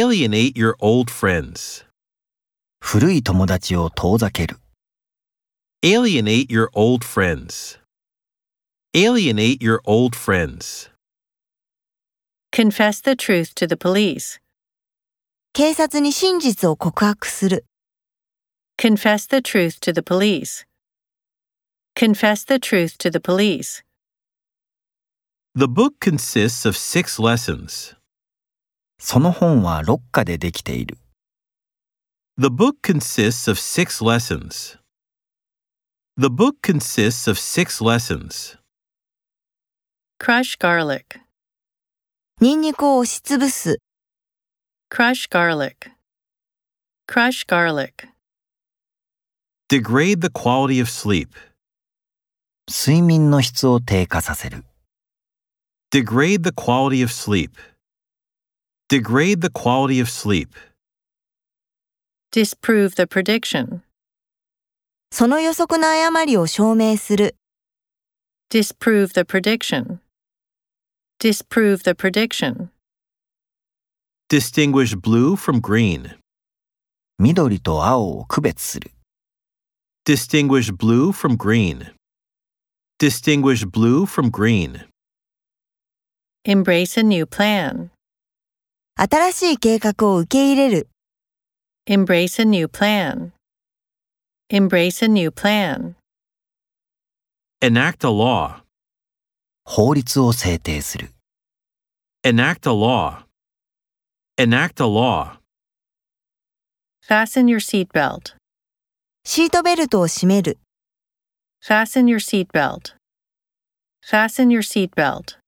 Alienate your old friends. 古い友達を遠ざける。 Alienate your old friends. Alienate your old friends. Confess the truth to the police. 警察に真実を告白する。 Confess the truth to the police. Confess the truth to the police. The book consists of six lessons. その本は6課でできている。 The book consists of six lessons. The book consists of six lessons. Crush garlic. ニンニクを押しつぶす。 Crush garlic. Crush garlic. Degrade the quality of sleep. 睡眠の質を低下させる。 Degrade the quality of sleep. Degrade the quality of sleep. Disprove the prediction. その予測の誤りを証明する。 Disprove the prediction. Disprove the prediction. Distinguish blue from green. 緑と青を区別する。 Distinguish blue from green. Distinguish blue from green. Embrace a new plan. 新しい計画を受け入れる。 Embrace a new plan. Embrace a new plan. Enact a law. 法律を制定する。 Enact a law. Enact a law. Fasten your seatbelt. シートベルトを締める。 Fasten your seatbelt. Fasten your seatbelt.